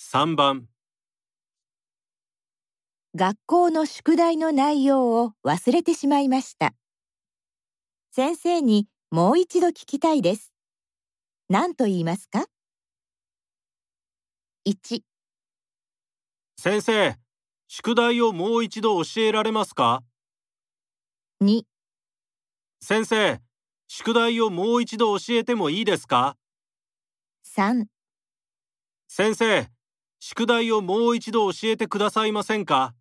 3番学校の宿題の内容を忘れてしまいました。先生にもう一度聞きたいです。何と言いますか ?1、先生宿題をもう一度教えられますか2、先生宿題をもう一度教えてもいいですか3先生宿題をもう一度教えてくださいませんか